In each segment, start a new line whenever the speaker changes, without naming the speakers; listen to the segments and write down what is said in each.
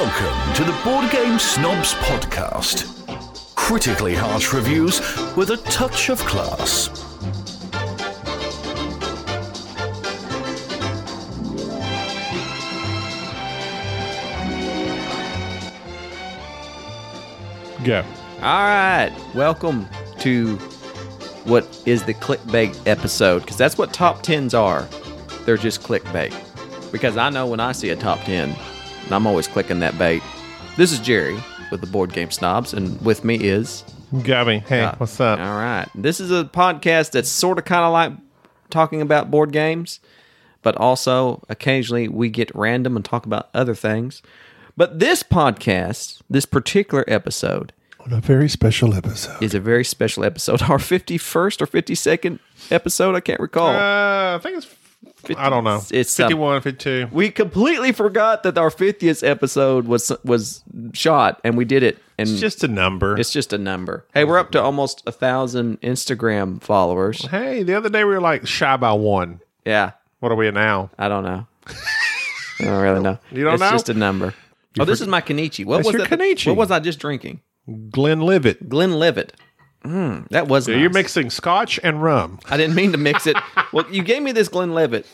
Welcome to the Board Game Snobs podcast. Critically harsh reviews with a touch of class.
Go.
All right, welcome to what is the clickbait episode because that's what top tens are. They're just clickbait. Because I know when I see a top ten, and I'm always clicking that bait. This is Jerry with the Board Game Snobs, and with me is
Gabby, hey,
uh,
what's up?
All right, this is a podcast that's sort of kind of like talking about board games, but also occasionally we get random and talk about other things. But this podcast, this particular episode,
on a very special episode.
is a very special episode. Our 51st or 52nd episode, I can't recall.
Uh, I think it's, I don't know.
It's um, some-
51, 52.
we completely forgot that our 50th episode was was shot and we did it and
It's just a number.
it's just a number. Hey, we're up to almost a thousand Instagram followers.
hey, the other day we were like shy by one.
Yeah,
What are we at now?
I don't know. I don't really know.
You don't
it's
know?
just a number. oh, this is my Kanichi. What
That's
was
your
that-
Kanichi.
What was I just drinking?
Glenn Livett.
Glenn Levitt. Mm, that was nice.
You're mixing scotch and rum.
I didn't mean to mix it. well, you gave me this Glenn Levitt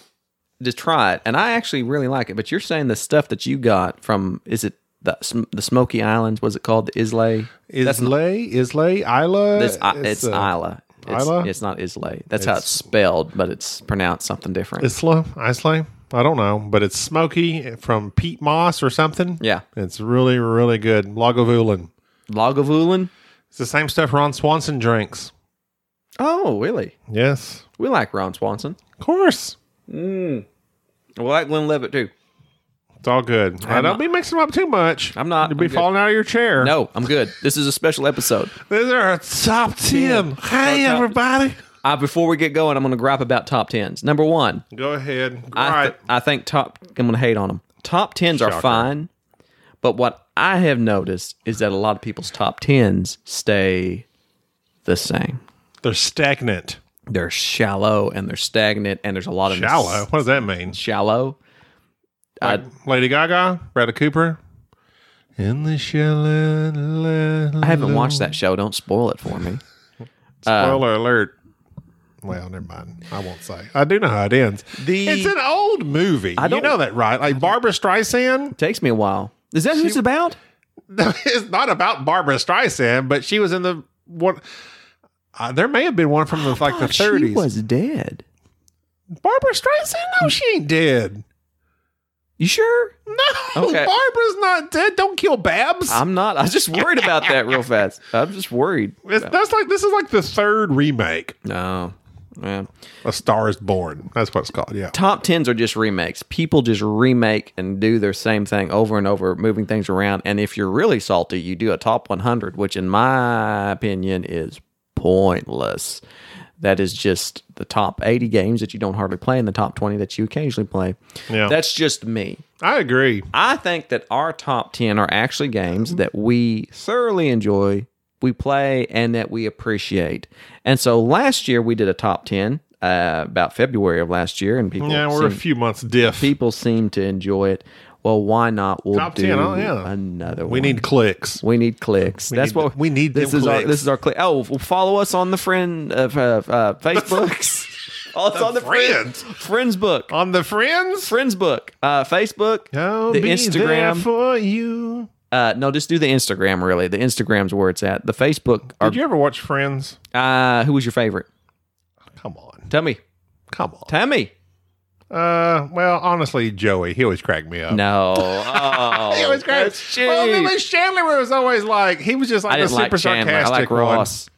to try it, and I actually really like it. But you're saying the stuff that you got from is it the Sm- the Smoky Islands? Was it called the Islay?
Islay, Islay, Isla.
It's, I it's,
uh,
Isla. It's,
Isla?
it's not Islay. That's how it's spelled, but it's pronounced something different.
Isla, Islay. I don't know, but it's smoky from peat moss or something.
Yeah.
It's really, really good. Lagavulin.
Lagavulin.
It's the same stuff Ron Swanson drinks.
Oh, really?
Yes.
We like Ron Swanson.
Of course.
We like Glenn Levitt too.
It's all good. I don't
not-
be mixing them up too much.
I'm not.
You'll be
I'm good.
falling out of your chair.
No, I'm good. This is a special episode.
These are our top 10. Hey,
Our top-
everybody.
Uh, before we get going, I'm going to gripe about top tens. Number one,
Go ahead. All
I,
right.
th- I think top. I'm gonna hate on them. Top tens are
Shocker.
fine, but what I have noticed is that a lot of people's top tens stay the same.
They're stagnant.
They're shallow and they're stagnant, and there's a lot of mis-
Shallow. What does that mean?
shallow. Uh,
Lady Gaga, Bradley Cooper. In the shallow.
I haven't watched that show. Don't spoil it for me.
Spoiler alert. Well, never mind. I won't say. I do know how it ends.
The-
it's an old movie. you
don't-
know that, right? Like Barbara Streisand.
takes me a while. Is that who it's about?
it's not about Barbara Streisand, but she was in the one. Uh, there may have been one from the, like the
Oh, She
30s.
was dead.
Barbara Streisand? No, she ain't dead.
You sure?
No,
Okay.
Barbara's not dead. Don't kill Babs.
I'm not. I was just worried about that real fast. I'm just worried.
It's- that's like this is like the third remake.
No. Yeah.
A Star Is Born. That's what it's called. Yeah.
top tens are just remakes. People just remake and do their same thing over and over, moving things around. And if you're really salty, you do a top 100, which in my opinion is pointless. That is just the top 80 games that you don't hardly play and the top 20 that you occasionally play.
Yeah.
That's just me.
I agree.
I think that our top 10 are actually games that we thoroughly enjoy, we play, and that we appreciate. And so last year we did a top 10 uh, about February of last year, and people
Yeah, we're a
seemed-
few months diff.
people seem to enjoy it. Well, why not? We'll
Top
do
10, oh, yeah.
another
we
one.
need clicks.
we need clicks. That's
need-
what
we need
This
them
is our
clicks.
this is our click. Oh, well, follow us on the friend of uh, uh, Facebooks. oh, it's on the friends
friends.
friends book
On the friends.
friends book uh, Facebook
I'll
the
be there
Instagram.
for you.
uh, no, just do the Instagram. Really, the Instagram's where it's at. The Facebook. Are,
Did you ever watch Friends?
uh, who was your favorite?
Come on,
Tell me.
come on.
Tell me.
Uh, well, honestly, Joey, he always cracked me up.
No. Oh,
He always cracked.
that's cheap.
Well, then with Chandler was always like he was just like
I
the
didn't like
super
Chandler. I
sarcastic
like
one.
Ross.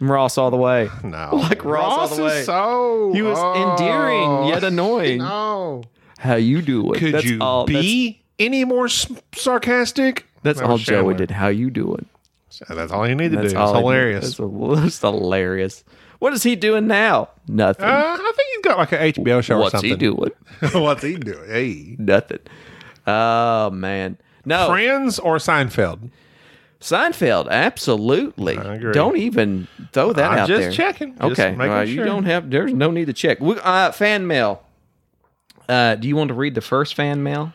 I'm Ross all the way.
No,
Like Ross all the way.
is so
He was
oh,
endearing yet annoying.
No,
How you do it?
could
That's
you
all,
be any more s- sarcastic?
That's,
That
that's all
was Chandler.
Joey did. How you do it?
That's all you need to
That's
do.
all
It's
he did.
hilarious.
That's, a- that's hilarious. What is he doing now? Nothing.
uh, I think he's got like an HBO show or
What's
something.
he doing?
What's he doing? Hey.
Nothing. Oh man. No,
Friends or Seinfeld?
Seinfeld. Absolutely.
I agree.
Don't even throw that
I'm
out
just
there.
checking. Just
Okay.
making
well, You
sure.
don't have. There's no need to check. We, uh, fan mail. Uh, do you want to read the first fan mail?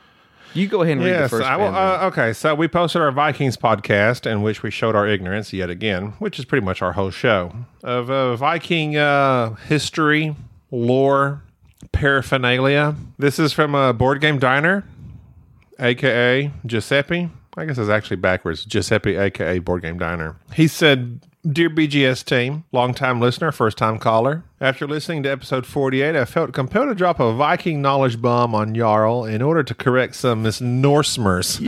You go ahead and read
Yes.
the first
I will-
fan mail.
uh, okay. So we posted our Vikings podcast in which we showed our ignorance yet again, which is pretty much our whole show of uh, Viking uh, history, lore, paraphernalia. This is from a board game diner, aka Giuseppe. I guess it's actually backwards. Giuseppe, aka Board Game Diner. He said, Dear BGS team, longtime listener, first time caller. After listening to episode 48, I felt compelled to drop a Viking knowledge bomb on Jarl in order to correct some Miss Norsemers.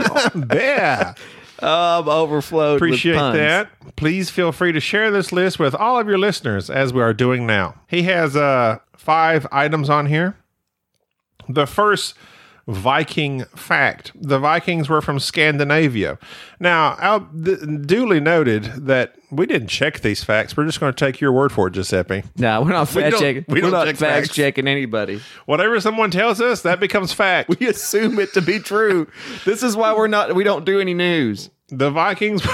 yeah.
Um, overflowed.
Appreciate
with puns.
that. Please feel free to share this list with all of your listeners as we are doing now. He has uh, five items on here. The first Viking fact the Vikings were from Scandinavia. Now, I'll, th- duly noted that we didn't check these facts. We're just going to take your word for it, Giuseppe.
No, we're not fact
don't-
checking.
we
We are
don't
not
check
fact
facts.
checking anybody.
Whatever someone tells us, that becomes fact.
We assume it to be true. this is why we're not. We don't do any news.
The Vikings.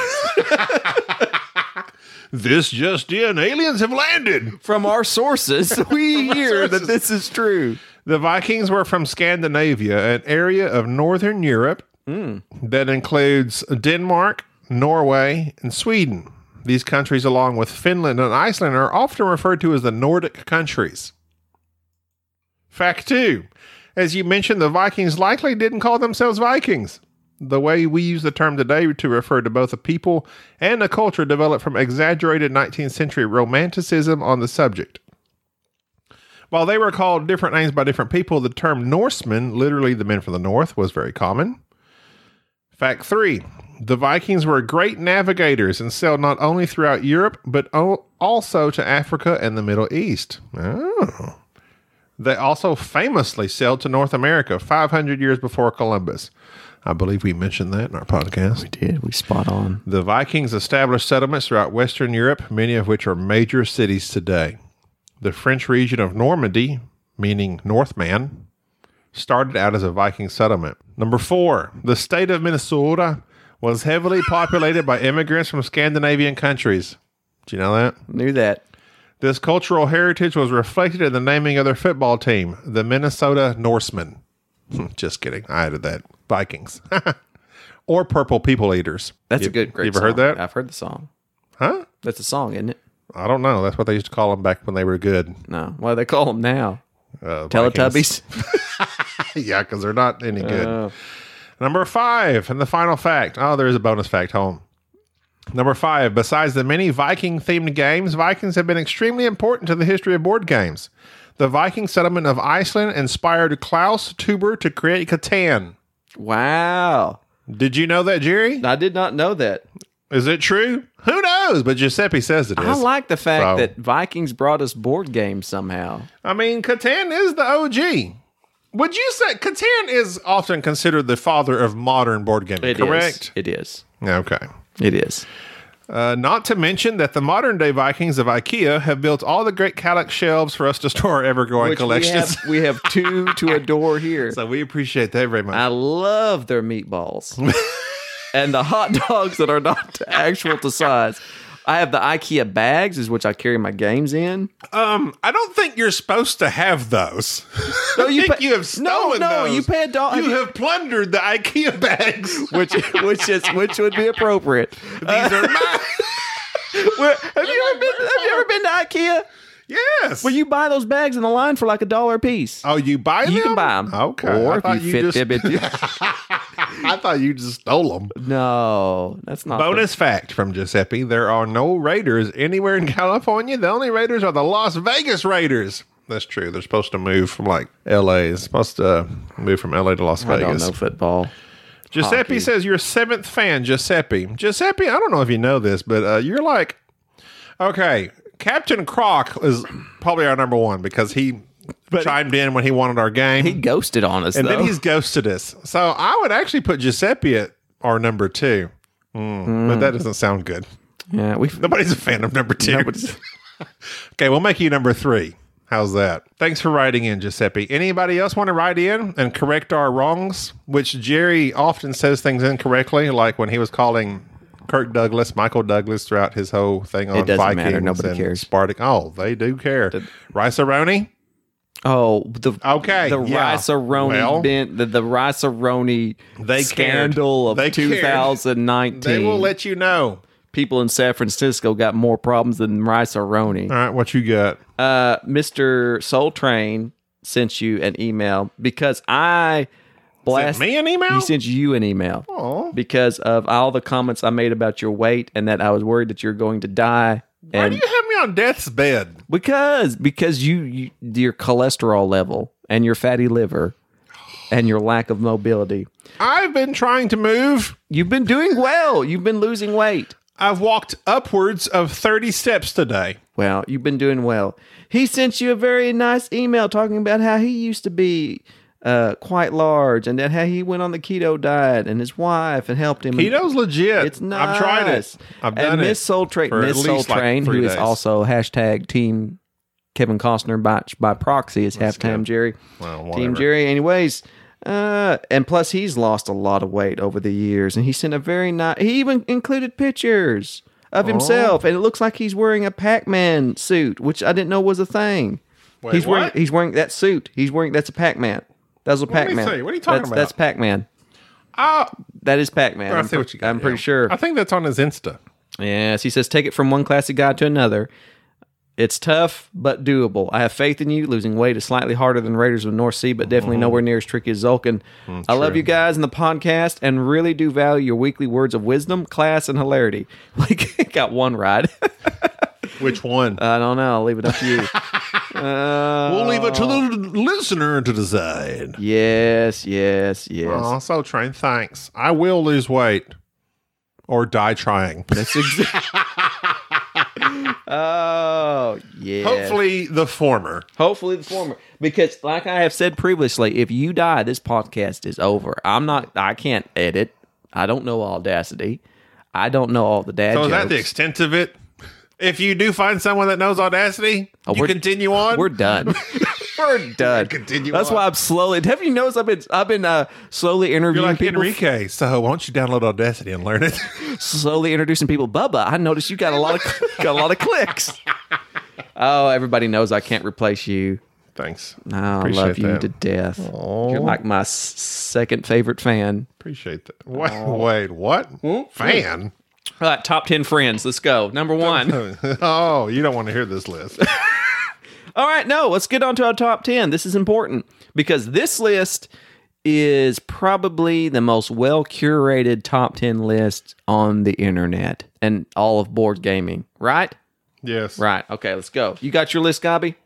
this just in aliens have landed.
From our sources, we hear that
sources.
this is true.
The Vikings were from Scandinavia, an area of northern Europe that includes Denmark, Norway, and Sweden. These countries, along with Finland and Iceland, are often referred to as the Nordic countries. Fact two As you mentioned, the Vikings likely didn't call themselves Vikings. The way we use the term today to refer to both a people and a culture developed from exaggerated 19th century romanticism on the subject. While they were called different names by different people, the term Norsemen, literally the men from the north, was very common. Fact three the Vikings were great navigators and sailed not only throughout Europe, but o- also to Africa and the Middle East. Oh. They also famously sailed to North America 500 years before Columbus. I believe we mentioned that in our podcast.
Did we spot on?
The Vikings established settlements throughout Western Europe, many of which are major cities today. The French region of Normandy, meaning Northman, started out as a Viking settlement. Number four, the state of Minnesota was heavily populated by immigrants from Scandinavian countries. Do you know that?
Knew that.
This cultural heritage was reflected in the naming of their football team, the Minnesota Norsemen. Hmm, Just kidding. I added that. Vikings. or purple people eaters.
That's
You-
a good. Great
You ever heard
song.
that?
I've heard the song.
Huh?
That's a song, isn't it?
I don't know. That's what they used to call them back when they were good.
No. What do they call them now?
Uh,
Teletubbies. Uh.
Vikings. yeah, because they're not any good. Number five, and the final fact. Oh, there is a bonus fact home. Number five, besides the many Viking themed games, Vikings have been extremely important to the history of board games. The Viking settlement of Iceland inspired Klaus Tuber to create Catan.
Wow.
Did you know that, Jerry?
I did not know that.
Is it true? Who knows? But Giuseppe says it is.
I like the
So-
fact that Vikings brought us board games somehow.
I mean, Catan is the OG. Would you say Catan is often considered the father of modern board gaming?
It is.
correct.
It is.
Okay.
It is.
Uh, not to mention that the modern day Vikings of IKEA have built all the great calyx shelves for us to store our ever growing
Which we
collections.
have- We have, two to adore here.
so we appreciate that very much.
I love their meatballs and the hot dogs that are not actual to size. I have the IKEA bags, is which I carry my games in.
um, I don't think you're supposed to have those. No,
you
you think
pay-
you have
No,
stolen
no,
those.
you pay a dollar-
You
have you-
have plundered the IKEA bags.
Which, which is which would be appropriate.
These are mine.
Where- have you ever been? Have you ever been to IKEA?
yes.
Well, you buy those bags in the line for like a dollar a piece.
oh, you buy them?
You can buy them.
Okay.
Or
I
if
thought
you,
you
fit
just-
them in.
I thought you just stole them.
No, that's not.
Bonus fact from Giuseppe there are no Raiders anywhere in California. The only Raiders are the Las Vegas Raiders. That's true. They're supposed to move from like LA. It's supposed to uh, move from LA to Las
the- I don't
Vegas.
know football.
Giuseppe
hockey.
says you're seventh fan, Giuseppe. Giuseppe, I don't know if you know this, but uh, you're like, okay, Captain Croc is probably our number one because he chimed in when he wanted our game.
He ghosted on us,
and
though.
then he's ghosted us. So I would actually put Giuseppe at our number two. Mm, But that doesn't sound good.
yeah, we.
Nobody's a fan of number two. okay, we'll make you number three. How's that? Thanks for writing in, Giuseppe. Anybody else want to write in and correct our wrongs? Which Jerry often says things incorrectly, like when he was calling Kirk Douglas, Michael Douglas throughout his whole thing on
doesn't
Vikings
matter. Nobody
and
cares.
Spartak. Oh, they do care. Rice Aroni,
Oh, the
Okay,
the
yeah.
Riceroni
Well-
bin- the, the Riceroni
They cared.
scandal
They
of
cared.
2019.
They will let you know.
People in San Francisco got more problems than Riceroni.
All right, what you got?
uh, Mr. Soul Train sent you an email because I blast
me an email?
He sent you an email
Aw.
because of all the comments I made about your weight and that I was worried that you're going to die.
Why
And
do you have me on death's bed?
because because you, you your cholesterol level and your fatty liver and your lack of mobility.
I've been trying to move.
You've been doing well. You've been losing weight.
I've walked upwards of 30 steps today.
Well, you've been doing well. He sent you a very nice email talking about how he used to be uh, quite large and that how he went on the keto diet and his wife and helped him.
Keto's legit.
It's nice.
I've tried it. I've done
and
it.
Miss Soul Train,
for at
Miss Soul
least, like,
Train,
three
who is
days.
also hashtag Team Kevin Costner by, by proxy, is halftime
good.
Jerry.
Well,
Team
Oh, whatever.
Jerry, anyways. Uh, and plus, he's lost a lot of weight over the years, and he sent a very nice. He even included pictures
Oh.
of himself, and it looks like he's wearing a Pac-Man suit, which I didn't know was a thing.
Wait,
he's wearing
what?
he's wearing that suit. He's wearing that's a Pac-Man. That's a
Let me
Pac-Man.
see. What are you talking
that's,
about?
That's Pac-Man.
Ah,
That is Pac-Man.
I
I'm,
see
pre-
what you got.
I'm pretty
yeah.
sure.
I think that's on his Insta.
Yes, he says, take it from one classic guy to another. It's tough, but doable. I have faith in you. Losing weight is slightly harder than Raiders of the North Sea, but definitely nowhere near as tricky as Zulkin. I love you guys and the podcast and really do value your weekly words of wisdom, class, and hilarity. Like, got one ride.
Which one?
I don't know. I'll leave it up to you.
we'll leave it to
Oh.
the listener to decide.
yes, yes, yes.
Also, train, thanks. I will lose weight or die trying.
That's exactly. oh, yeah.
Hopefully, the former.
Hopefully, the former. Because, like I have said previously, if you die, this podcast is over. I'm not. I can't edit. I don't know Audacity. I don't know all the dad
So, is
jokes.
that the extent of it? If you do find someone that knows audacity,
Oh,
you
we're-
continue on.
We're done. We're done.
Continue
That's
on.
why I'm slowly. Have you noticed I've been I've been uh, slowly
You're
interviewing
like
people,
Enrique, so why don't you download Audacity and learn it?
slowly introducing people. Bubba, I noticed you got a lot of got a lot of clicks. Oh, everybody knows I can't replace you.
Thanks.
Oh, I love you to death. You're like my s- second favorite fan.
Appreciate that. Wait,
Oh.
wait what?
Hmm?
Fan?
All right, top 10 friends. Let's go. Number one.
oh, you don't want to hear this list.
All right, no, let's get on to our top 10. This is important because this list is probably the most well curated top 10 list on the internet and all of board gaming, right?
yes.
Right. Okay, let's go. You got your list, Gobby?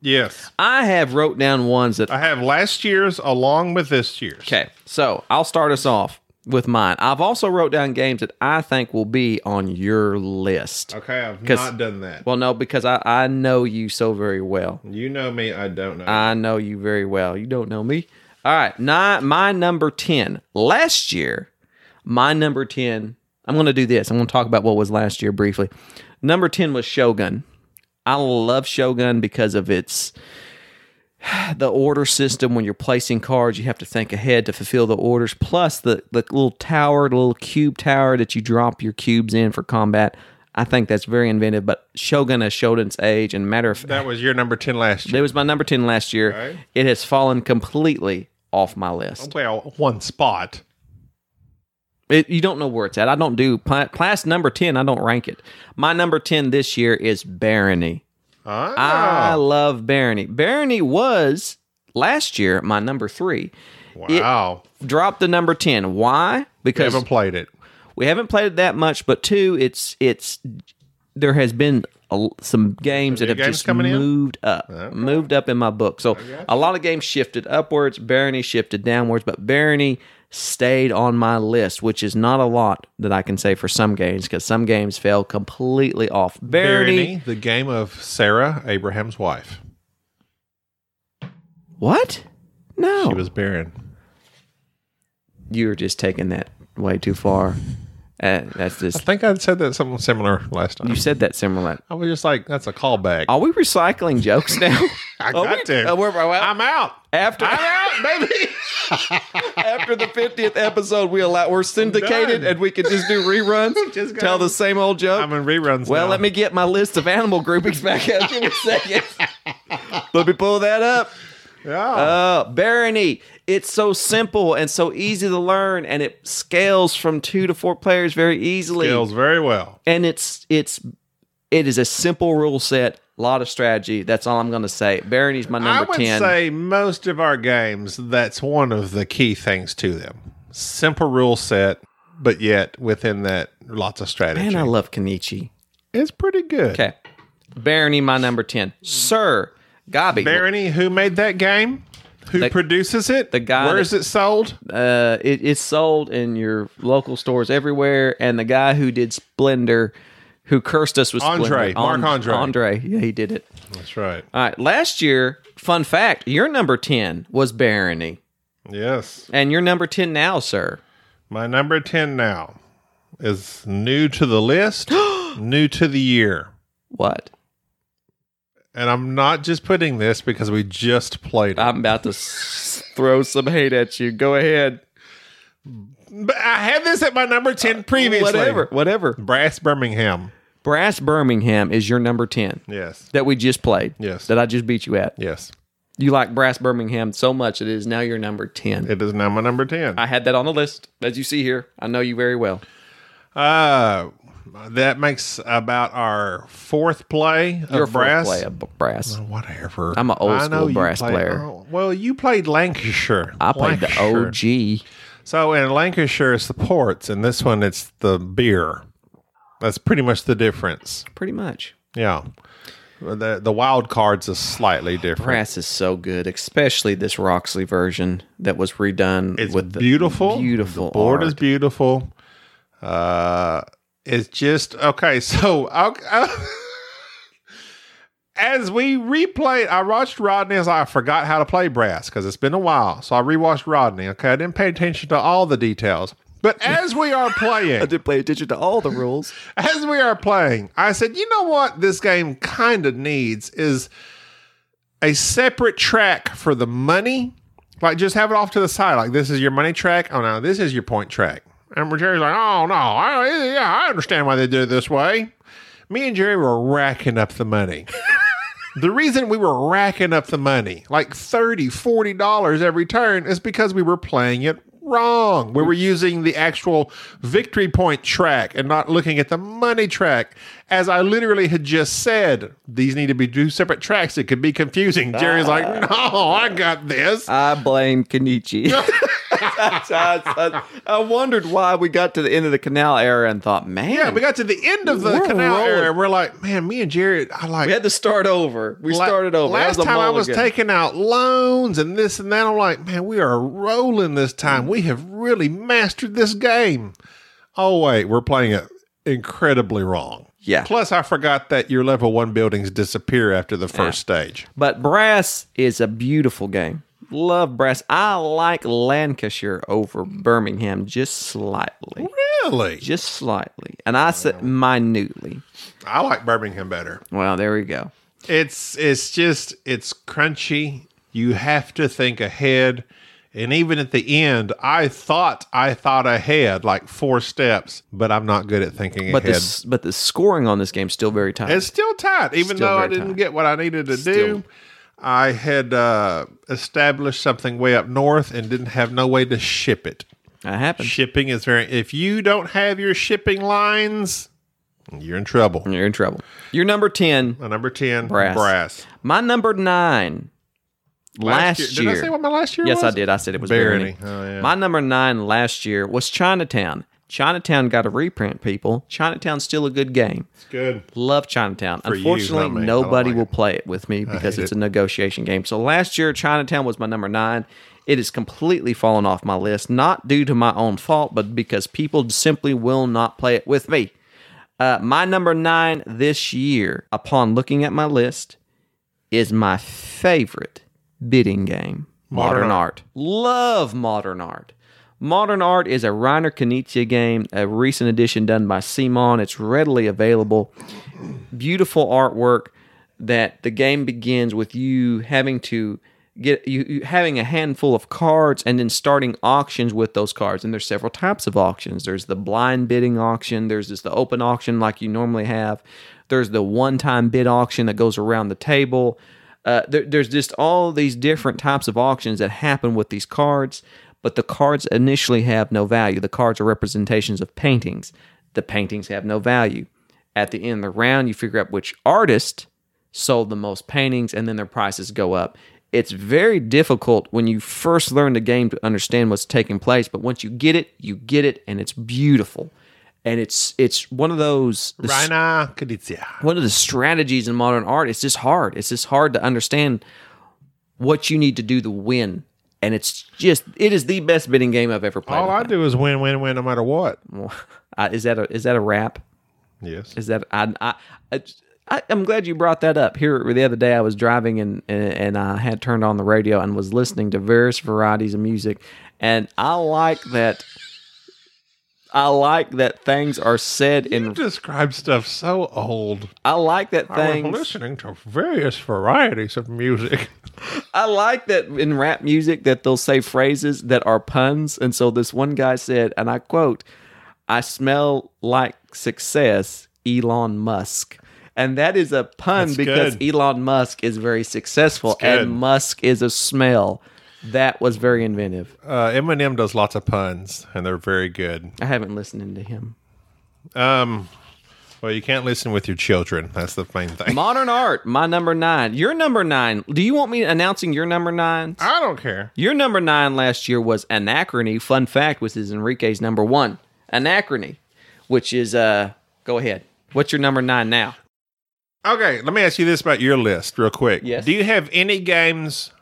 Yes.
I have wrote down ones that
I have last year's along with this year's.
Okay, so I'll start us off with mine. I've also wrote down games that I think will be on your list.
Okay, I've
'Cause-
not done that.
Well, no, because I, I know you so very well.
you know me, I don't know.
I know you very well. You don't know me. All right, ni- my number 10. Last year, my number 10, I'm going to do this. I'm going to talk about what was last year briefly. Number 10 was Shogun. I love Shogun because of its the order system when you're placing cards you have to think ahead to fulfill the orders plus the, the little tower the little cube tower that you drop your cubes in for combat i think that's very inventive but shogun has showed its age and matter of fact
that was your number 10 last year.
it was my number 10 last year.
Okay.
It has fallen completely off my list.
Well, one spot.
It, you don't know where it's at. I don't do pla- class number 10, I don't rank it. My number 10 this year is Barony. I
Ah,
love Barony. Barony was last year my number 3.
wow.
Dropped the number 10. Why? Because
haven't played it.
we haven't played it that much, but two, it's it's there has been a l some games that have
games
just
coming in?
moved up, moved up in my book. So a lot of games shifted upwards, Barony shifted downwards, but Barony stayed on my list, which is not a lot that I can say for some games because some games fell completely off. Barony,
Barony, the game of Sarah, Abraham's wife.
what? No,
She was barren.
you're just taking that way too far. And that's
I
just
think I said that something similar last time.
you said that similar.
I was just like, that's a callback.
Are we recycling jokes now?
I
Are
got
we-
to.
uh, Oh, we're- well,
I'm out.
after
I'm out, baby.
after the fiftieth episode, we allow we're syndicated
done.
and we can just do reruns,
Just go.
tell the same old joke.
I'm in reruns.
well,
now.
let me get my list of animal groupings back up in a second. Let me pull that up.
Yeah.
Uh, Barony. It's so simple and so easy to learn, and it scales from two to four players very easily.
Scales very well.
And it's it's it is a simple rule set, a lot of strategy. That's all I'm going to say. Barony's my
I
number
would
ten.
say most of our games, that's one of the key things to them. Simple rule set, but yet within that, lots of strategy.
Man, I love Kenichi.
it's pretty good.
Okay, Barony, my number ten. Sir Gabi.
Barony, who made that game? Who
The-
produces it?
the guy
Where
that-
is it sold?
Uh, it, it's sold in your local stores everywhere. And the guy who did Splendor, who cursed us with
Andre,
Splendor,
Mark
An-
Andre.
Andre, yeah, he did it.
That's right.
All right, last year, fun fact, your number ten was Barony,
Yes.
and your number ten now, sir.
My number 10 now is new to the list, new to the year.
What?
And I'm not just putting this because we just played it.
I'm about to s- throw some hate at you. Go ahead.
but I had this at my number 10 previously.
uh, Whatever, whatever.
Brass Birmingham.
Brass Birmingham is your number ten
Yes.
that we just played.
Yes.
That I just beat you at.
Yes.
You like Brass Birmingham so much it is now your number ten.
It is now my number 10.
I had that on the list, as you see here. I know you very well.
Uh, that makes about our fourth play of
Your
Uh, brass.
Play of b- brass.
Whatever.
I'm a old
I know
school
you
brass
played-
player.
oh, well, you played Lancashire.
I played
Lancashire.
the OG.
So in Lancashire, it's the ports, and this one, it's the beer. That's pretty much the difference.
Pretty much.
Yeah. The the wild cards is slightly different.
Brass is so good, especially this Roxley version that was redone
It's
with the
beautiful.
beautiful
The board is
art.
beautiful. Uh, it's just okay. So I'll, as we replayed, I watched Rodney as I forgot how to play brass because it's been a while. So I rewatched Rodney. Okay, I didn't pay attention to all the details. But as we are playing,
did play attention to all the rules.
as we are playing, I said, you know what this game kind of needs is a separate track for the money. Like just have it off to the side. Like this is your money track. Oh no, this is your point track. And Jerry's like, oh no, I, yeah, I understand why they did it this way. Me and Jerry were racking up the money. the reason we were racking up the money, like 30 $40 every turn, is because we were playing it wrong. We were using the actual victory point track and not looking at the money track. As I literally had just said, these need to be two separate tracks. It could be confusing. Jerry's like,
Ah.
no, I got this.
I blame Kenichi. I, I- I wondered why we got to the end of the canal era and thought, man,
Yeah, we
we,
got to the end of the
We're
canal
rolling.
area, and we're like, man, me and Jerry, I like.
had to start over. We
La-
started over. That
Last
was a
time I was
mulligan.
taking out loans and this and that. I'm like, man, we are rolling this time. We have really mastered this game. Oh wait, we're playing it incredibly wrong.
Yeah.
Plus, I forgot that your level one buildings disappear after the first stage.
But Brass is a beautiful game. Love Brass. I like Lancashire over Birmingham just slightly.
Really,
Just slightly. And I said minutely.
I like Birmingham better.
Well, there we go.
It's it's just it's crunchy. You have to think ahead. And even at the end, I thought I thought ahead like four steps, but I'm not good at thinking
But
ahead.
this but the scoring on this game is still very tight.
It's still tight, even
Still
though I
very
didn't
tight.
get what I needed to do.
Still.
I had uh, established something way up north and didn't have no way to ship it.
that happened.
Shipping is very. If you don't have your shipping lines, you're in trouble.
You're in trouble. Your number ten.
My number ten,
Brass. My number nine. Last,
did
year.
I say what my last year?
yes,
was?
I did. I said it was
Barony.
Barony.
Oh, yeah.
My number nine last year was Chinatown. Chinatown got a reprint, people. Chinatown's still a good game.
Good.
Love Chinatown.
you, not
Unfortunately,
me. I don't
nobody
like
will
it.
play it with me because
hate
it's a negotiation game. So last year, Chinatown was my number nine. It has completely fallen off my list, not due to my own fault, but because people simply will not play it with me. Uh, my number nine this year, upon looking at my list, is my favorite bidding game Modern, Art. Love Modern Art. Modern Art is a Reiner Knizia game, a recent edition done by Simon. It's readily available beautiful artwork that the game begins with you having to get you, you having a handful of cards and then starting auctions with those cards and there's several types of auctions there's the blind bidding auction there's just the open auction like you normally have there's the one time bid auction that goes around the table Uh, there, there's just all these different types of auctions that happen with these cards, but the cards initially have no value. The cards are representations of paintings. The paintings have no value. At the end of the round, you figure out which artist sold the most paintings, and then their prices go up. It's very difficult when you first learn the game to understand what's taking place, but once you get it, you get it, and it's beautiful. And it's it's one of those the
Raina Kadizia.
one of the strategies in modern art it's just hard it's just hard to understand what you need to do to win and it's just it is the best bidding game i've ever played
All I do is win, win, win, no matter what.
Uh, is that a is that a wrap
Yes.
is that i i, I I, I'm glad you brought that up. Here the other day, I was driving and, and and I had turned on the radio and was listening to various varieties of music, and I like that. I like that things are said
You
in.
describe stuff so old.
I like that
I was
things.
listening to various varieties of music.
I like that in rap music that they'll say phrases that are puns. And so this one guy said, and I quote, I smell like success, Elon Musk. And that is a pun
That's
because
good.
Elon Musk is very successful
That's good.
and Musk is a smell. That was very inventive.
Uh, Eminem does lots of puns, and they're very good.
I haven't listened to him.
Um, well, you can't listen with your children. That's the main thing.
Modern art, my number nine. Your number nine. Do you want me announcing your number nine?
I don't care.
Your number nine last year was Anachrony. Fun fact was is Enrique's number one. Anachrony, which is uh go ahead. What's your number nine now?
Okay, let me ask you this about your list, real quick.
Yes.
Do you have any games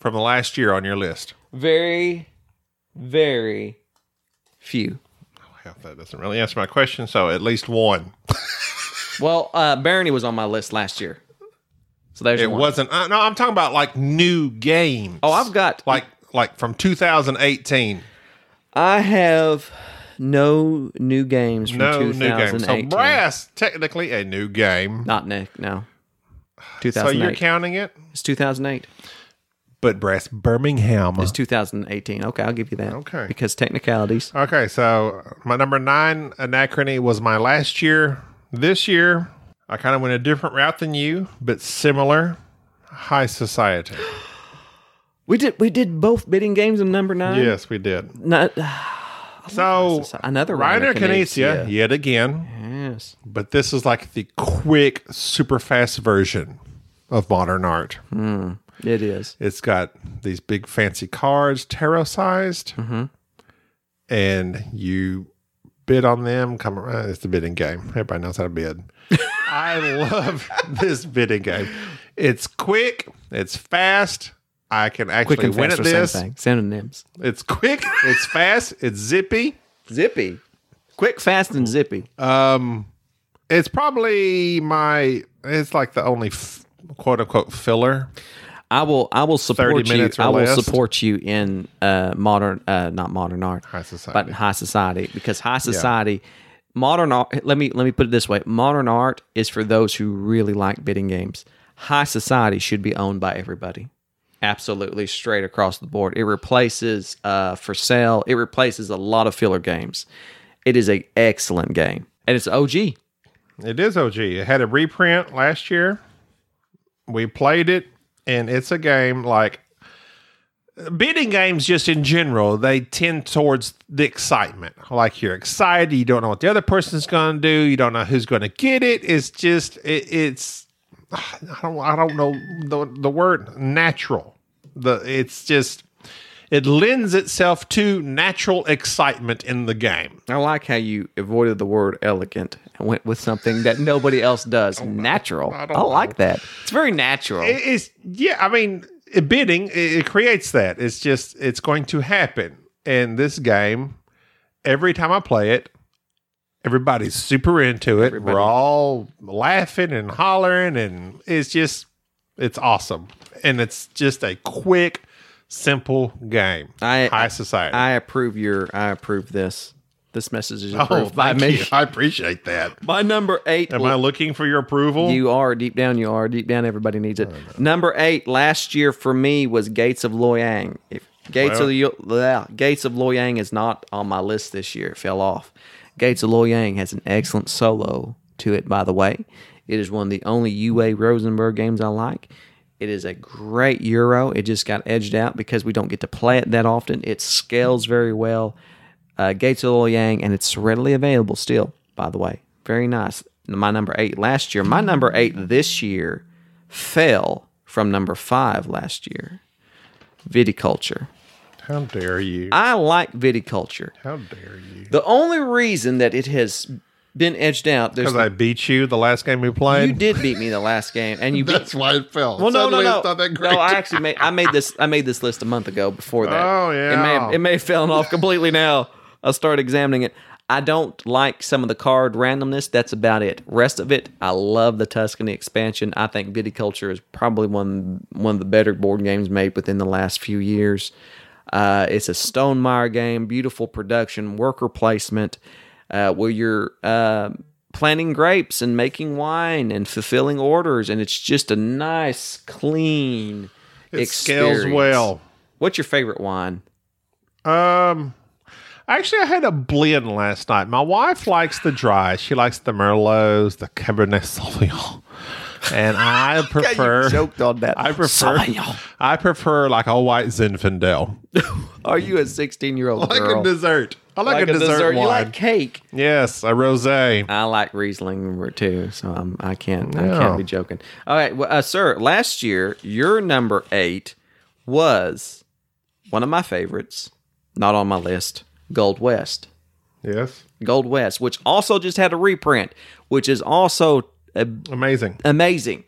from the last year on your list?
Very, very few.
Well, that doesn't really answer my question. So at least one.
Well, uh Barony was on my list last year. So there's
It
one.
wasn't. Uh, no, I'm talking about like new games.
Oh, I've got
like like from 2018.
I have no new games from
No new games. So
2018.
Brass technically a new game.
Not Nick, no.
So
2008.
you're counting it,
it's 2008.
but Brass Birmingham.
It's 2018. Okay, I'll give you that.
Okay.
Because technicalities.
Okay, so my number nine anachrony was my last year. This year, I kind of went a different route than you, but similar. High Society.
We did we did both bidding games in number nine.
yes, we did.
Not,
So
Soci- another
Reiner
Reiner
Knizia,
Knizia.
yet again,
yes.
but this is like the quick, super fast version of modern art.
It is.
It's got these big fancy cards, tarot sized,
Mm-hmm.
and you bid on them. Come around, it's the bidding game. Everybody knows how to bid. I love this bidding game. It's quick, it's fast. I can actually
Quick and
win
fast
at
are same
this.
thing. Synonyms.
It's quick, it's fast, it's zippy.
Zippy. Quick, fast, and zippy.
Um, it's probably my. It's like the only f- quote unquote filler.
I will. I will support
30
you.
minutes or
I will
less.
support you in uh, modern, uh, not modern art, high
society.
but high society because high society, modern art. Let me let me put it this way: modern art is for those who really like bidding games. High society should be owned by everybody. Absolutely, straight across the board. It replaces uh, for sale. It replaces a lot of filler games. It is a excellent game, and it's OG.
It is OG. It had a reprint last year. We played it, and it's a game like bidding games. Just in general, they tend towards the excitement. Like you're excited, you don't know what the other person's going to do, you don't know who's going to get it. It's just it, it's I don't I don't know the the word natural. The it's just it lends itself to natural excitement in the game.
I like how you avoided the word elegant and went with something that nobody else does. natural. I,
don't
like that. It's very natural.
It- it's yeah i mean it- bidding it, it creates that it's just it's going to happen and this game every time i play it everybody's super into it we're all laughing and hollering and it's just it's awesome and it's just a quick simple game
I-
high society
I approve your. I approve this. This message is
oh
approved by
thank
me.
you. i appreciate that
My number eight.
am i looking for your approval
you are deep down. You are deep down. Everybody needs it. Number eight last year for me was Gates of Loyang. If Gates of Yo- blah, Gates of Loyang is not on my list this year. It fell off. Gates of Loyang has an excellent solo to it. By the way, it is one of the only UA Rosenberg games I like. It is a great euro. It just got edged out because we don't get to play it that often. It scales very well. Uh, Gates of Oil Yang, and it's readily available still, by the way. Very nice. My number eight last year. My number eight this year fell from number five last year. Viticulture.
How dare you?
I like viticulture.
How dare you?
The only reason that it has been edged out, there's
Because I beat you the last game we played.
you did beat me the last game, and you beat.
That's why it fell.
Well, no, no,
Suddenly
no,
it's not that great.
no. I actually made I made this I made this list a month ago. Before that,
Oh,
it may have,
yeah.
it may have fallen off completely. Now I'll start examining it. I don't like some of the card randomness. That's about it. Rest of it, I love the Tuscany expansion. I think Viticulture is probably one one of the better board games made within the last few years. Uh, it's a Stonemeyer game, beautiful production, worker placement, uh, where you're uh, planting grapes and making wine and fulfilling orders, and it's just a nice, clean.
It scales well.
What's your favorite wine?
Um, actually, I had a blend last night. My wife likes the dry. She likes the merlots, the cabernet sauvignon, and I prefer.
on that.
I prefer. I prefer like a white Zinfandel,
Are you a 16 year old
like
girl?
a dessert. I like,
Like
a, dessert,
You
wine.
like cake.
yes, a rosé.
I like Riesling too, so I'm, I can't. I
Yeah.
can't be joking. All right, well, uh, sir. Last year, your number eight was one of my favorites. Not on my list. Gold West.
Yes,
Gold West, which also just had a reprint, which is also uh,
amazing.
amazing.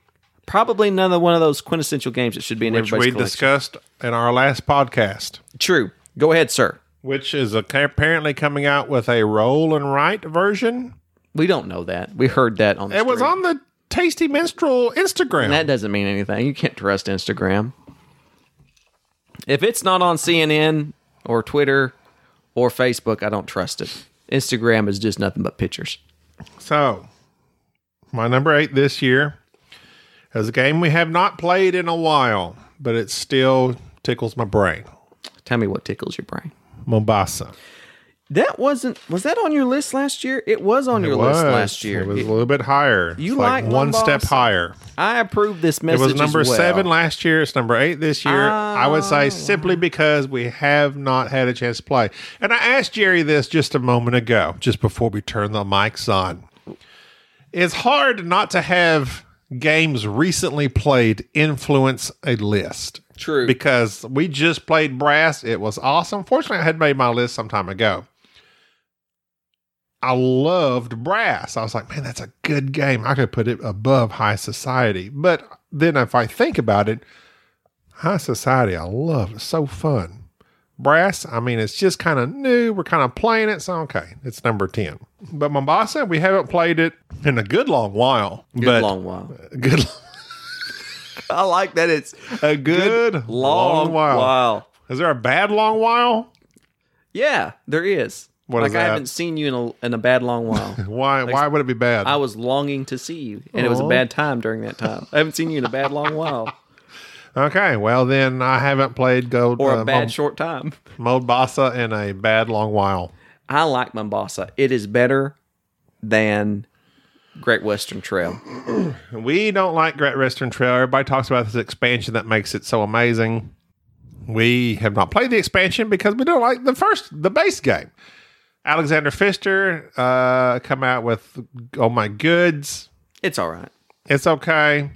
Probably another one of those quintessential games that should be in
Which we
everybody's collection.
discussed in our last podcast,
True. Go ahead, sir.
which is a, apparently coming out with a roll and write version.
We don't know that. We heard that on. The
It was
street.
on the Tasty Minstrel Instagram.
That doesn't mean anything. You can't trust Instagram. If it's not on CNN or Twitter or Facebook, I don't trust it. Instagram is just nothing but pictures.
So, my number eight this year is a game we have not played in a while, but it still tickles my brain.
Tell me what tickles your brain.
Mombasa.
That wasn't. Was that on your list last year? It was on your list
Was.
last year.
It was
It-
a little bit higher.
You
It's like,
like
one step
Mombasa.
higher.
I approve this
It
message.
was
as
number
well.
seven last year. It's number eight this year. I would
Oh.
say simply because we have not had a chance to play. And I asked Jerry this just a moment ago, just before we turned the mics on. It's hard not to have games recently played influence a list.
True.
Because we just played Brass. It was awesome. Fortunately, I had made my list some time ago. I loved Brass. I was like, man, that's a good game. I could put it above High Society. But then if I think about it, High Society, I love. It's so fun. Brass, I mean, it's just kind of new. We're kind of playing it. So, okay, it's number 10. But Mombasa, we haven't played it in a good long while.
Good
but
long while.
Good,
I like that. It's
a good,
long, while.
Is there a bad long while?
Yeah, there is.
What
like
is
I
that?
haven't seen you in a in a bad long while.
Why? why would it be bad?
I was longing to see you, and it was a
Aw.
bad time during that time. I haven't seen you in a bad long while
okay, well then I haven't played Gold
or a
uh,
bad
Mob-
short time.
Mombasa in a bad long while.
I like Mombasa. It is better than Great Western Trail.
We don't like Great Western Trail. Everybody talks about this expansion that makes it so amazing. We have not played the expansion because we don't like the first, the base game. Alexander Pfister uh, come out with Oh My Goods.
It's all right.
It's okay.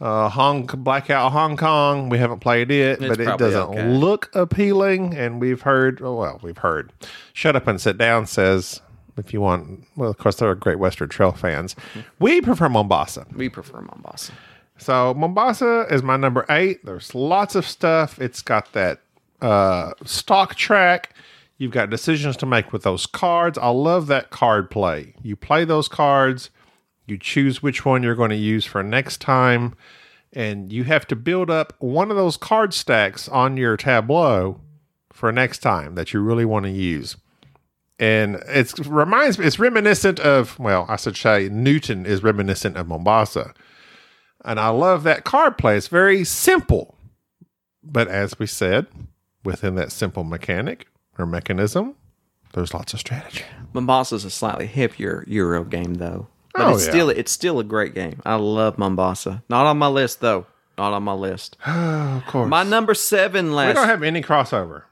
Uh, Hong Blackout Hong Kong. We haven't played it, but it
probably
doesn't
okay.
look appealing. And we've heard, oh, well, we've heard. Shut up and sit down says, if you want. Well, of course, they're great Western Trail fans.
Mm-hmm.
We prefer Mombasa.
We prefer Mombasa.
So Mombasa is my number eight. There's lots of stuff. It's got that uh, stock track. You've got decisions to make with those cards. I love that card play. You play those cards, you choose which one you're going to use for next time, and you have to build up one of those card stacks on your tableau for next time that you really want to use. And it's reminds me, it's reminiscent of, well, I should say Newton is reminiscent of Mombasa. And I love that card play. It's very simple. But as we said, within that simple mechanic or mechanism, there's lots of strategy.
Mombasa's a slightly hippier Euro game though. But
Oh,
it's
yeah.
still it's still a great game. I love Mombasa. Not on my list though. Not on my list.
Oh, of course.
My number seven
we
last.
don't have any crossover.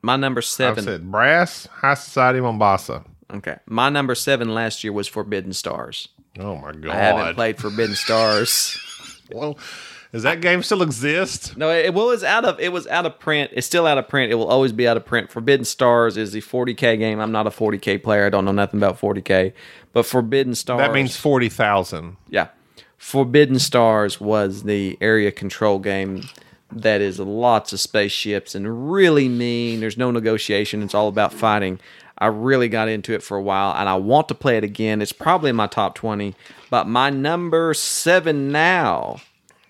my number
I've
seven.
said Brass, High Society, Mombasa.
Okay. My number seven last year was Forbidden Stars.
Oh my god!
I haven't played Forbidden Stars.
Well, does that game still exist?
No, it, well, it's out of it was out of print. It's still out of print. It will always be out of print. Forbidden Stars is the 40k game. I'm not a 40k player. I don't know nothing about 40k, but Forbidden Stars.
That means forty thousand.
yeah. Forbidden Stars was the area control game that is lots of spaceships and really mean. There's no negotiation. It's all about fighting. I really got into it for a while and I want to play it again. It's probably in my top 20, but my number seven now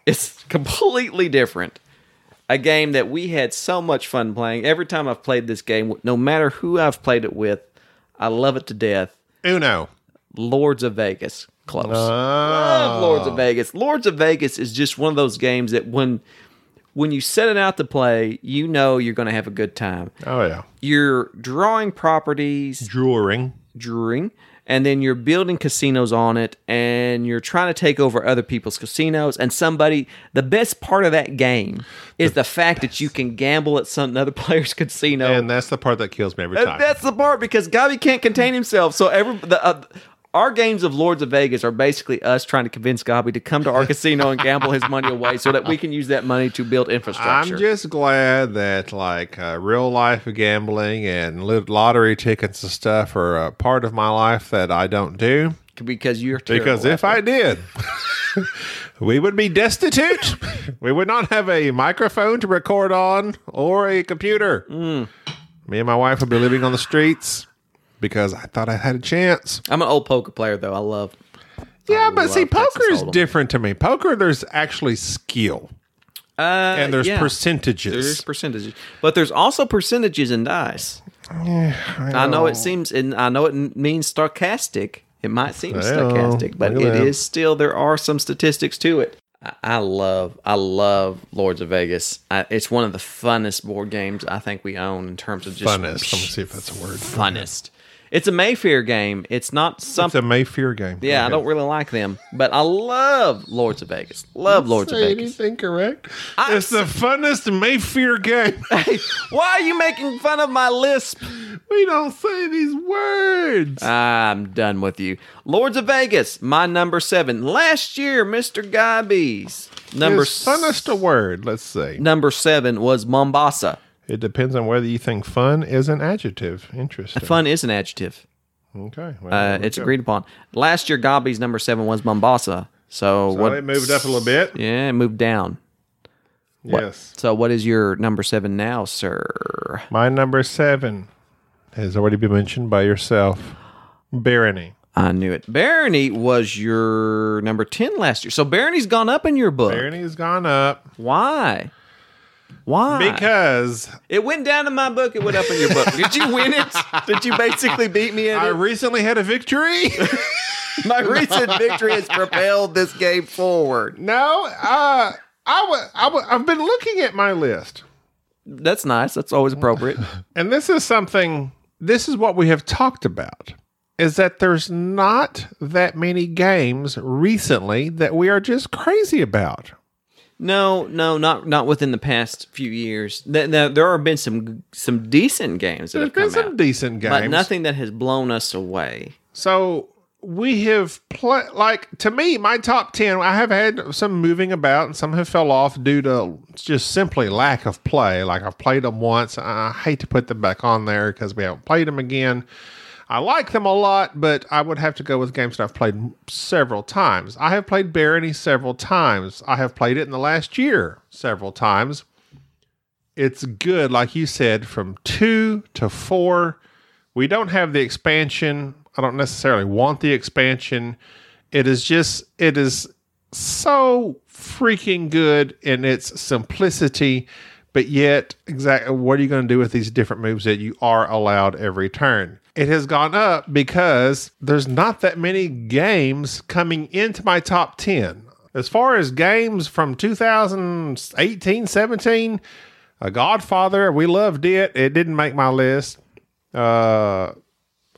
is completely different a game that we had so much fun playing. Every time I've played this game, no matter who I've played it with, I love it to death.
Uno.
Lords of Vegas. Close. Love Lords of Vegas. Lords of Vegas is just one of those games that when when you set it out to play, you know you're going to have a good time.
Oh yeah.
You're drawing properties,
Drawing.
drawing, and then you're building casinos on it, and you're trying to take over other people's casinos. And somebody, the best part of that game is the, fact that you can gamble at some another player's casino
And that's the part that kills me every
and
time.
That's the part because Gabi can't contain himself. So every the, uh, our games of Lords of Vegas are basically us trying to convince Gabi to come to our casino and gamble his money away so that we can use that money to build infrastructure.
I'm just glad that like uh, real life gambling and lit- lottery tickets and stuff are a part of my life that I don't do.
because you're terrible.
Because if I did, we would be destitute. we would not have a microphone to record on or a computer.
Mm.
Me and my wife would be living on the streets because I thought I had a chance.
I'm an old poker player though, I love.
Yeah, but see,
love Texas
poker is
Hold'em.
different to me. Poker, there's actually skill
Uh,
and there's
yeah. There's
percentages.
percentages, but there's also percentages in dice. I
Oh.
know it seems, and I know it n- means sarcastic. It might seem sarcastic, but it
look
is
at that.
still there are some statistics to it. I- I love, I love Lords of Vegas. I, it's one of the funnest board games I think we own in terms of just
Funnest. Let me see if that's a word.
funnest. It's a Mayfair game. It's not
It's a
something.
Mayfair game.
Yeah, I don't really like them, but I love Lords of Vegas. Love Lords of
say
Vegas.
anything correct.
I-
it's the funnest Mayfair game.
Hey, why are you making fun of my lisp?
we don't say these words.
Uh, I'm done with you. Lords of Vegas, my number seven. Last year, Mr. Guybees. Number
Is funnest a word? Let's see.
number seven was Mombasa.
It depends on whether you think fun is an adjective. Interesting.
Fun is an adjective.
Okay. Well,
Uh,
there we
it's
go.
agreed upon. Last year, Guybees number seven was Mombasa. So,
Well, it
what?
moved up a little bit.
Yeah, it moved down.
Yes.
So, what is your number seven now, sir?
My number seven has already been mentioned by yourself. Barony.
I knew it. Barony was your number ten last year. So Barony's gone up in your book.
Barony's gone up
Why? Why?
because
It went down in my book. It went up in your book. Did you win it? Did you basically beat me in
I
it?
recently had a victory.
My recent victory has propelled this game forward.
no, uh, I w- I w- I've been looking at my list.
That's nice. That's always appropriate.
and this is something this is what we have talked about is that there's not that many games recently that we are just crazy about
No, no, not not within the past few years. Th- th- there have been some some decent games that
there's
have
been
come
some
out,
decent games
but nothing that has blown us away.
so we have played like to me my top 10 i have had some moving about and some have fell off due to just simply lack of play like i've played them once i hate to put them back on there because we haven't played them again I like them a lot, but I would have to go with games that I've played m- several times. I have played Barony several times. I have played it in the last year several times. It's good, like you said, from two to four. We don't have the expansion. I don't necessarily want the expansion. It is just, it is so freaking good in its simplicity, but yet, exactly what are you going to do with these different moves that you are allowed every turn? It has gone up because there's not that many games coming into my top 10. As far as games from 2018, 17, a Godfather, we loved it. It didn't make my list. Uh,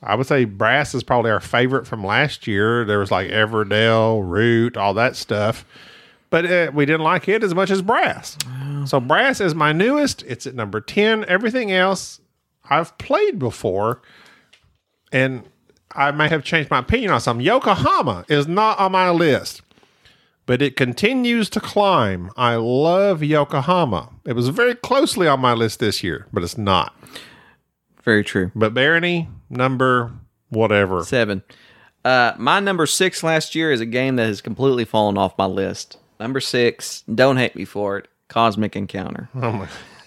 I would say Brass is probably our favorite from last year. There was like Everdell, Root, all that stuff. but uh, we didn't like it as much as Brass. So Brass is my newest. It's at number 10. Everything else I've played before and I may have changed my opinion on some. Yokohama is not on my list, but it continues to climb. I love Yokohama. It was very closely on my list this year, but it's not.
Very true.
But Barony, number whatever.
Seven. Uh, my number six last year is a game that has completely fallen off my list. Number six, don't hate me for it. Cosmic Encounter.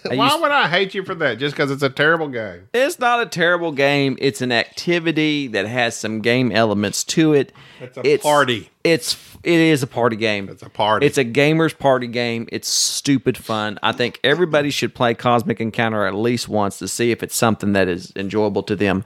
Why would I hate you for that? Just because it's a terrible game.
It's not a terrible game. It's an activity that has some game elements to it.
It's a party.
It's it is a party game. It's
a party.
It's a gamer's party game. It's stupid fun. I think everybody should play Cosmic Encounter at least once to see if it's something that is enjoyable to them.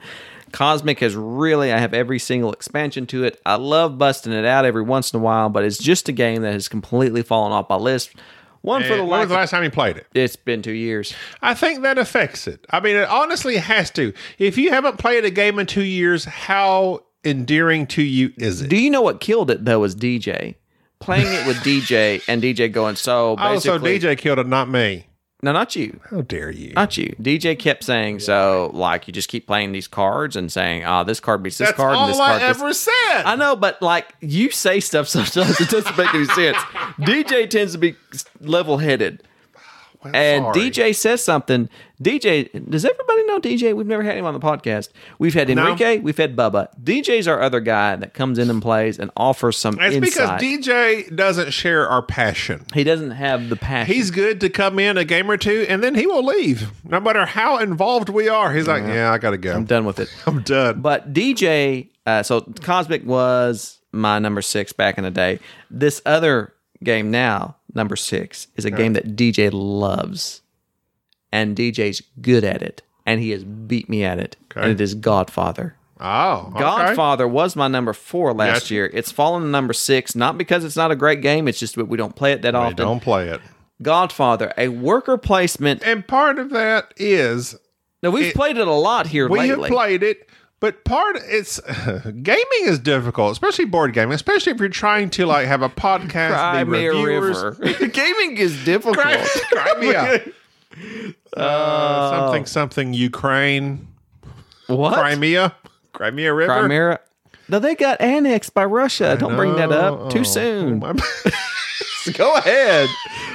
Cosmic has really I have every single expansion to it. I love busting it out every once in a while, but it's just a game that has completely fallen off my list. One for the
when was
lack
the last time you played it?
it's been two years.
I think that affects it. I mean, it honestly has to. If you haven't played a game in two years, how endearing to you is it?
Do you know what killed it though? Was DJ playing it with DJ and DJ going so
Oh, so
basically?
DJ killed it, not me.
No, not you,
How dare you?
not you. DJ kept saying so like you just keep playing these cards and saying ah this card beats this
That's
card and this
all I
card. beats-
ever said.
I know, but like you say stuff sometimes it doesn't make any sense. DJ tends to be level headed. And
sorry.
DJ says something. DJ, does everybody know DJ? We've never had him on the podcast. We've had Enrique, we've had Bubba. DJ's our other guy that comes in and plays and offers some
That's
insight.
because DJ doesn't share our passion.
He doesn't have the passion.
He's good to come in a game or two, and then he will leave. No matter how involved we are, he's like, "Yeah, I gotta go. I'm
done with it.
I'm done."
But DJ, uh, so Cosmic was my number six back in the day. This other game now, number six, is a game that DJ loves, and DJ's good at it, and he has beat me at it, and it is Godfather.
oh, okay.
Godfather was my number four last
Gotcha.
year. It's fallen to number six, not because it's not a great game. It's just that we don't play it that
They
often.
don't play it.
Godfather, a worker placement.
And part of that is
Now we've played it a lot here
we
lately.
have played it but part it's gaming is difficult especially board gaming especially if you're trying to like have a podcast
Cry
be
me a
reviewers.
river. Gaming is difficult.
Cry- cry me a- Uh, something something ukraine
Oh. What?
crimea crimea river
Crimea. No, they got annexed by Russia. Don't bring that up
Oh,
too soon.
I
Go ahead.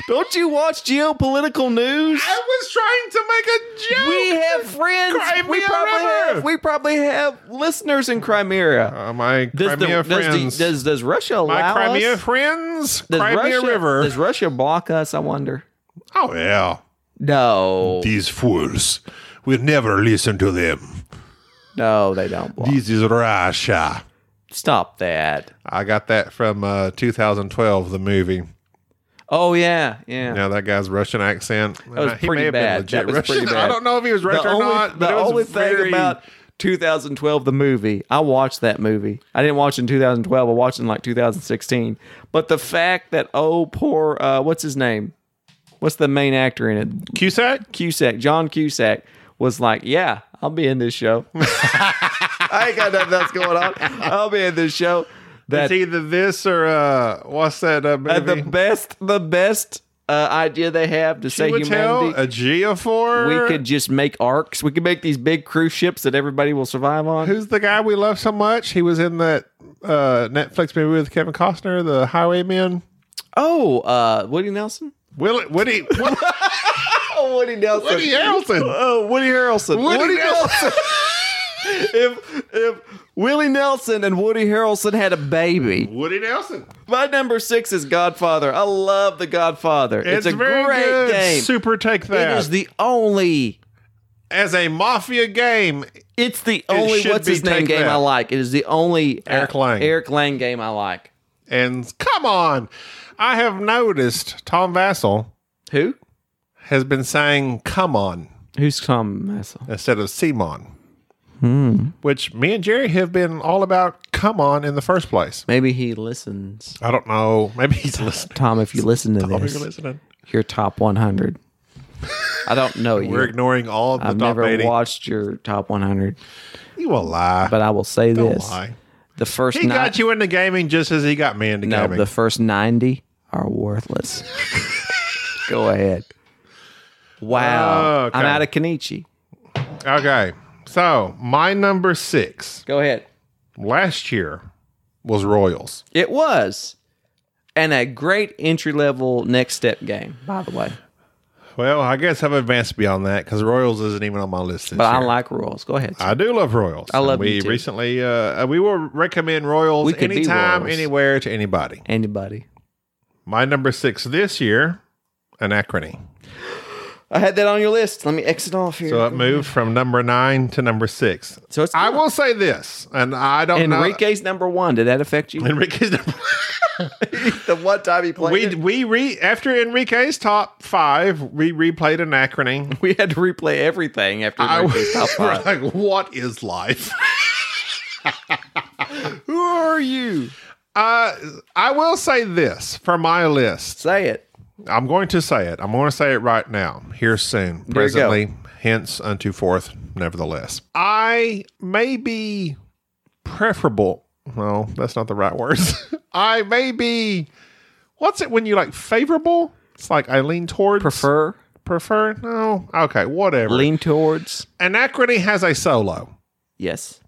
Don't you watch geopolitical news?
was trying to make a joke
We have friends. we
Crimea
probably
River.
have. We probably have listeners in Crimea.
uh, my
Does the,
crimea
does, the,
friends
does does Russia
my
allow
crimea
us?
friends
Does
crimea
Russia,
river
Does Russia block us? I wonder.
oh yeah
No,
these fools we never listen to them
no, they don't block.
This is Russia.
Stop that.
I got that from uh, 2012, the movie.
Oh yeah, yeah.
Now that guy's Russian accent.
was
uh, he
pretty
may have been
bad.
legit
That was
Russian.
pretty bad.
I don't know if he was Russian
the
or
only,
not. But
the
it was
only thing
very-
about 2012, the movie, I watched that movie. I didn't watch it in 2012. I watched it in like 2016. But the fact that oh poor, uh, what's his name? What's the main actor in it?
Cusack.
Cusack, John Cusack, was like, yeah, I'll be in this show. I ain't got nothing else going on. I'll be in this show. That
It's either this or uh, what's that uh,
uh,
movie?
the best, the best uh, idea they have to say
would tell
humanity.
a geophore.
we could just make arcs. We could make these big cruise ships that everybody will survive on.
Who's the guy we love so much? He was in that uh, Netflix movie with Kevin Costner, The Highwaymen.
Oh, uh, Woody Nelson.
Will Woody
Oh, Woody Nelson.
Woody Harrelson?
Oh, Woody Harrelson.
Woody Nelson.
if if Willie Nelson and Woody Harrelson had a baby,
Woody Nelson.
my number six is Godfather. I love the Godfather. It's,
It's,
a
very
great
good.
game.
Super take that.
it is the only.
as a mafia game.
It's the only
should
what's
be
his name
Take
game
That.
I like. It is the only uh,
Eric Lang.
Eric Lang game I like.
And come on, I have noticed Tom Vassell
Who?
has been saying "come on"
Who's Tom Massa?
instead of "Simon,"
Hmm.
which me and Jerry have been all about "come on" in the first place.
Maybe he listens.
I don't know. Maybe he's listening.
Tom, if you listen to
Maybe
this,
you're listening.
your top 100. I don't know you.
We're ignoring all the
I've
top
never
80.
watched your top 100,
you will lie.
but I will say
Don't
this:
lie.
the first
He
ni-
got you into gaming just as he got me into
no,
gaming.
the first 90 are worthless. Go ahead. Wow.
Okay.
I'm out of Kenichi.
Okay. So my number six
Go ahead.
last year was Royals.
It was. And a great entry level next step game, by the way.
Well, I guess I've advanced beyond that because Royals isn't even on my list this
But I
year.
like Royals. Go ahead.
I do love Royals. I
love
We
you too.
recently, uh, we will recommend Royals
We could be
anytime,
Royals.
anywhere to anybody.
Anybody.
My number six this year, Anachrony.
I had that on your list. Let me exit off here.
So it moved from number nine to number six.
So it's-
I will say this, and I don't know.
Enrique's number one. Did that affect you?
Enrique's number
the one time he played.
we
it.
we re after Enrique's top five, we replayed Anachrony.
we had to replay everything after
I
Enrique's
was
top five.
like, what is life?
Who are you?
Uh, I will say this for my list.
Say it.
I'm going to say it. I'm going to say it right now, here soon,
There you go.
presently, hence unto forth, nevertheless. I may be preferable. No, that's not the right words. I may be. What's it when you like favorable? It's like I lean towards.
Prefer.
Prefer? No. Okay, whatever.
Lean towards.
Anachrony has a solo.
Yes,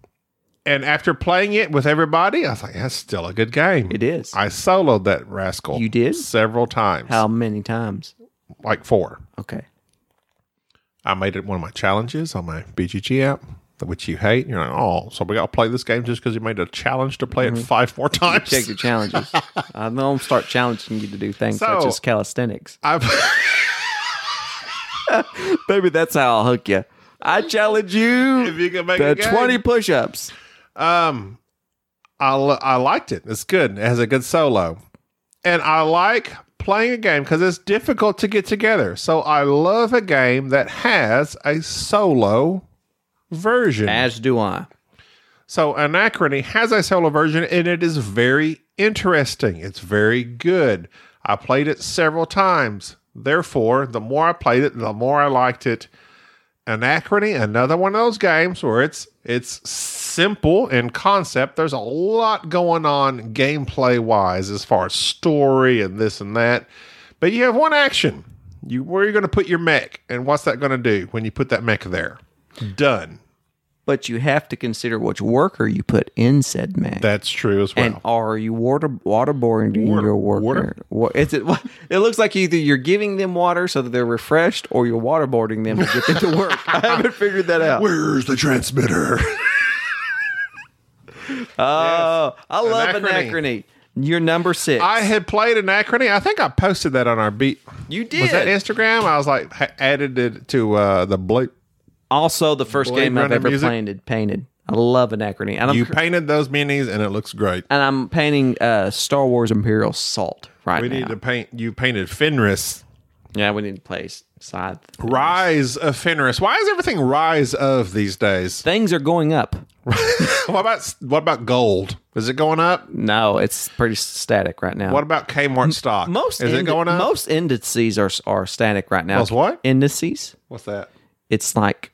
And after playing it with everybody, I was like, that's still a good game.
it is.
I soloed that rascal.
You did?
Several times.
How many times?
Like four.
Okay.
I made it one of my challenges on my BGG app, which you hate. You're like, oh, so we got to play this game just because you made a challenge to
Mm-hmm.
play it five more times.
Check your challenges. I don't start challenging you to do things such
So-
as calisthenics.
I've,
Baby, that's how I'll hook you. I challenge you,
if you can make
to
a game,
20 push ups.
Um, I li- I liked it. It's good. It has a good solo, and I like playing a game because it's difficult to get together. So I love a game that has a solo version.
As do I.
So Anachrony has a solo version and it is very interesting. It's very good. I played it several times. Therefore, the more I played it, the more I liked it. Anachrony, another one of those games where it's it's simple in concept. There's a lot going on gameplay wise as far as story and this and that. But you have one action. You where are you going to put your mech and what's that going to do when you put that mech there? Done.
But you have to consider which worker you put in said man.
That's true as well.
And are you water waterboarding
Water-
your worker?
water?
Wa- is it? What, it looks like either you're giving them water so that they're refreshed, or you're waterboarding them to get them to work. I haven't figured that out.
Where's the transmitter?
Oh, I love
Anachrony.
anachrony. You're number six.
I had played Anachrony. I think I posted that on our beat.
you did.
Was that Instagram? I was like ha- added it to uh, the blue.
also, the first
Blade
game I've
Runner
ever
music?
painted. Painted. I love anachrony, and I'm
You painted those minis, and it looks great.
and I'm painting uh, Star Wars Imperial Salt right
We
now.
need to paint. You painted Fenris.
yeah, we need to play s- side.
Rise of Fenris. Why is everything Rise of these days?
Things are going up.
what about what about gold? Is it going up?
No, it's pretty static right now.
What about Kmart stock?
Most
is it
ind-
going up?
Most indices are are static right now.
Most what?
indices?
What's that?
It's like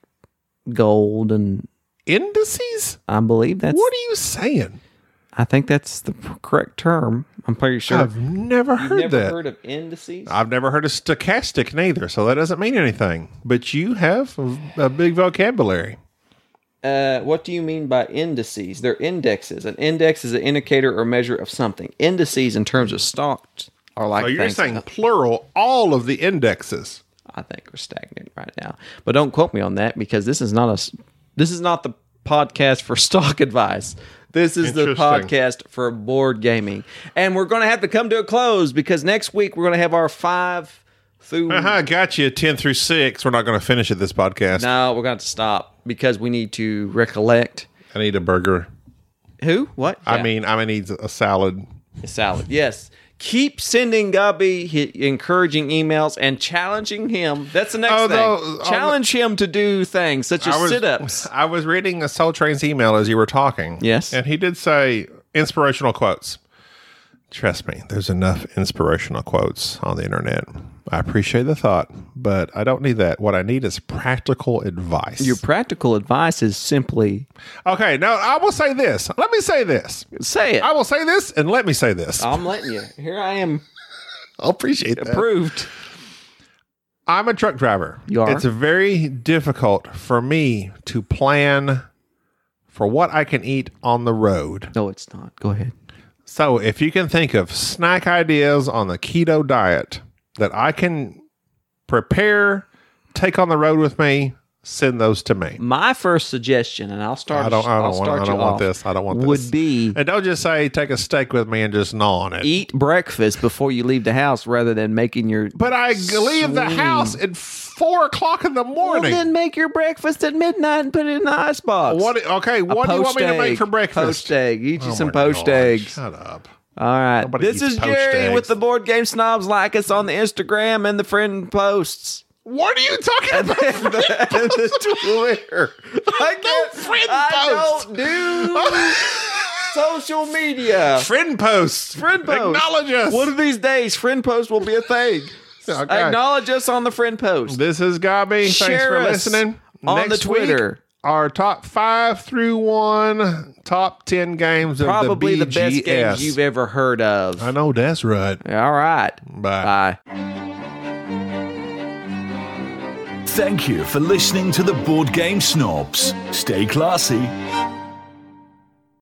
gold, and
Indices?
I believe that's.
What are you saying?
I think that's the p- correct term. I'm pretty sure.
I've never heard
Never
that.
heard of indices?
I've never heard of stochastic neither, so that doesn't mean anything. But you have a, a big vocabulary.
Uh, what do you mean by indices? They're indexes. An index is an indicator or measure of something. Indices, in terms of stocks, are like.
So Oh, you're
things-
saying plural, all of the indexes.
I think we're stagnant right now. But don't quote me on that because this is not a s- this is not the podcast for stock advice. This is the
Interesting.
podcast for board gaming. And we're going to have to come to a close because next week we're going to have our 5 through
Uh-huh, I got you 10 through 6. We're not going to finish it this podcast.
No, we're going to stop because we need to recollect
I need a burger.
who? What?
I
Yeah.
mean, I need a salad.
salad. Yes. Keep sending Gubby hi- encouraging emails and challenging him. That's the next
Oh,
thing.
no, on
Challenge him to do things such as
I was,
sit ups.
I was reading a Soul Train's email as you were talking.
Yes.
And he did say inspirational quotes. Trust me, there's enough inspirational quotes on the internet. I appreciate the thought, but I don't need that. What I need is practical advice.
Your practical advice is simply
okay, now I will say this. Let me say this.
say it.
I will say this and let me say this.
I'm letting you. Here I am
I appreciate that.
Approved.
I'm a truck driver.
You are?
It's very difficult for me to plan for what I can eat on the road.
No, it's not. Go ahead.
So, if you can think of snack ideas on the keto diet that I can prepare, take on the road with me, send those to me.
My first suggestion, and I'll start.
I don't. I
I'll
don't, want,
start
I
you
don't want
off,
this. I don't want this.
Would be
And don't just say take a steak with me and just gnaw on it.
eat breakfast before you leave the house, rather than making your.
But I leave the house at four o'clock in the
well,
morning.
then make your breakfast at midnight and put it in the icebox.
what? Okay.
A
What do you want
poached
me to
egg.
make for breakfast?
Poached egg. Eat you
Oh
some
my
poached
God,
eggs.
Shut up.
All right.
Nobody
this
eats
is
poached
Jerry
eggs.
with the board game snobs. Like us on the Instagram and the friend posts.
What are you talking about? Twitter.
I can't.
friend
I
post.
don't do social media.
friend posts.
Friend post.
Acknowledge us.
One of these days, friend post will be a thing.
Okay.
Acknowledge us on the friend post.
This is Gabby. Thanks
Share
for
us
listening.
on the
Next week,
Twitter.
our top five through one, top ten games of
Probably the,
the
best
BGS.
games you've ever heard of.
I know that's right.
All right.
Bye.
Bye.
Thank you for listening to the Board Game Snobs. Stay classy.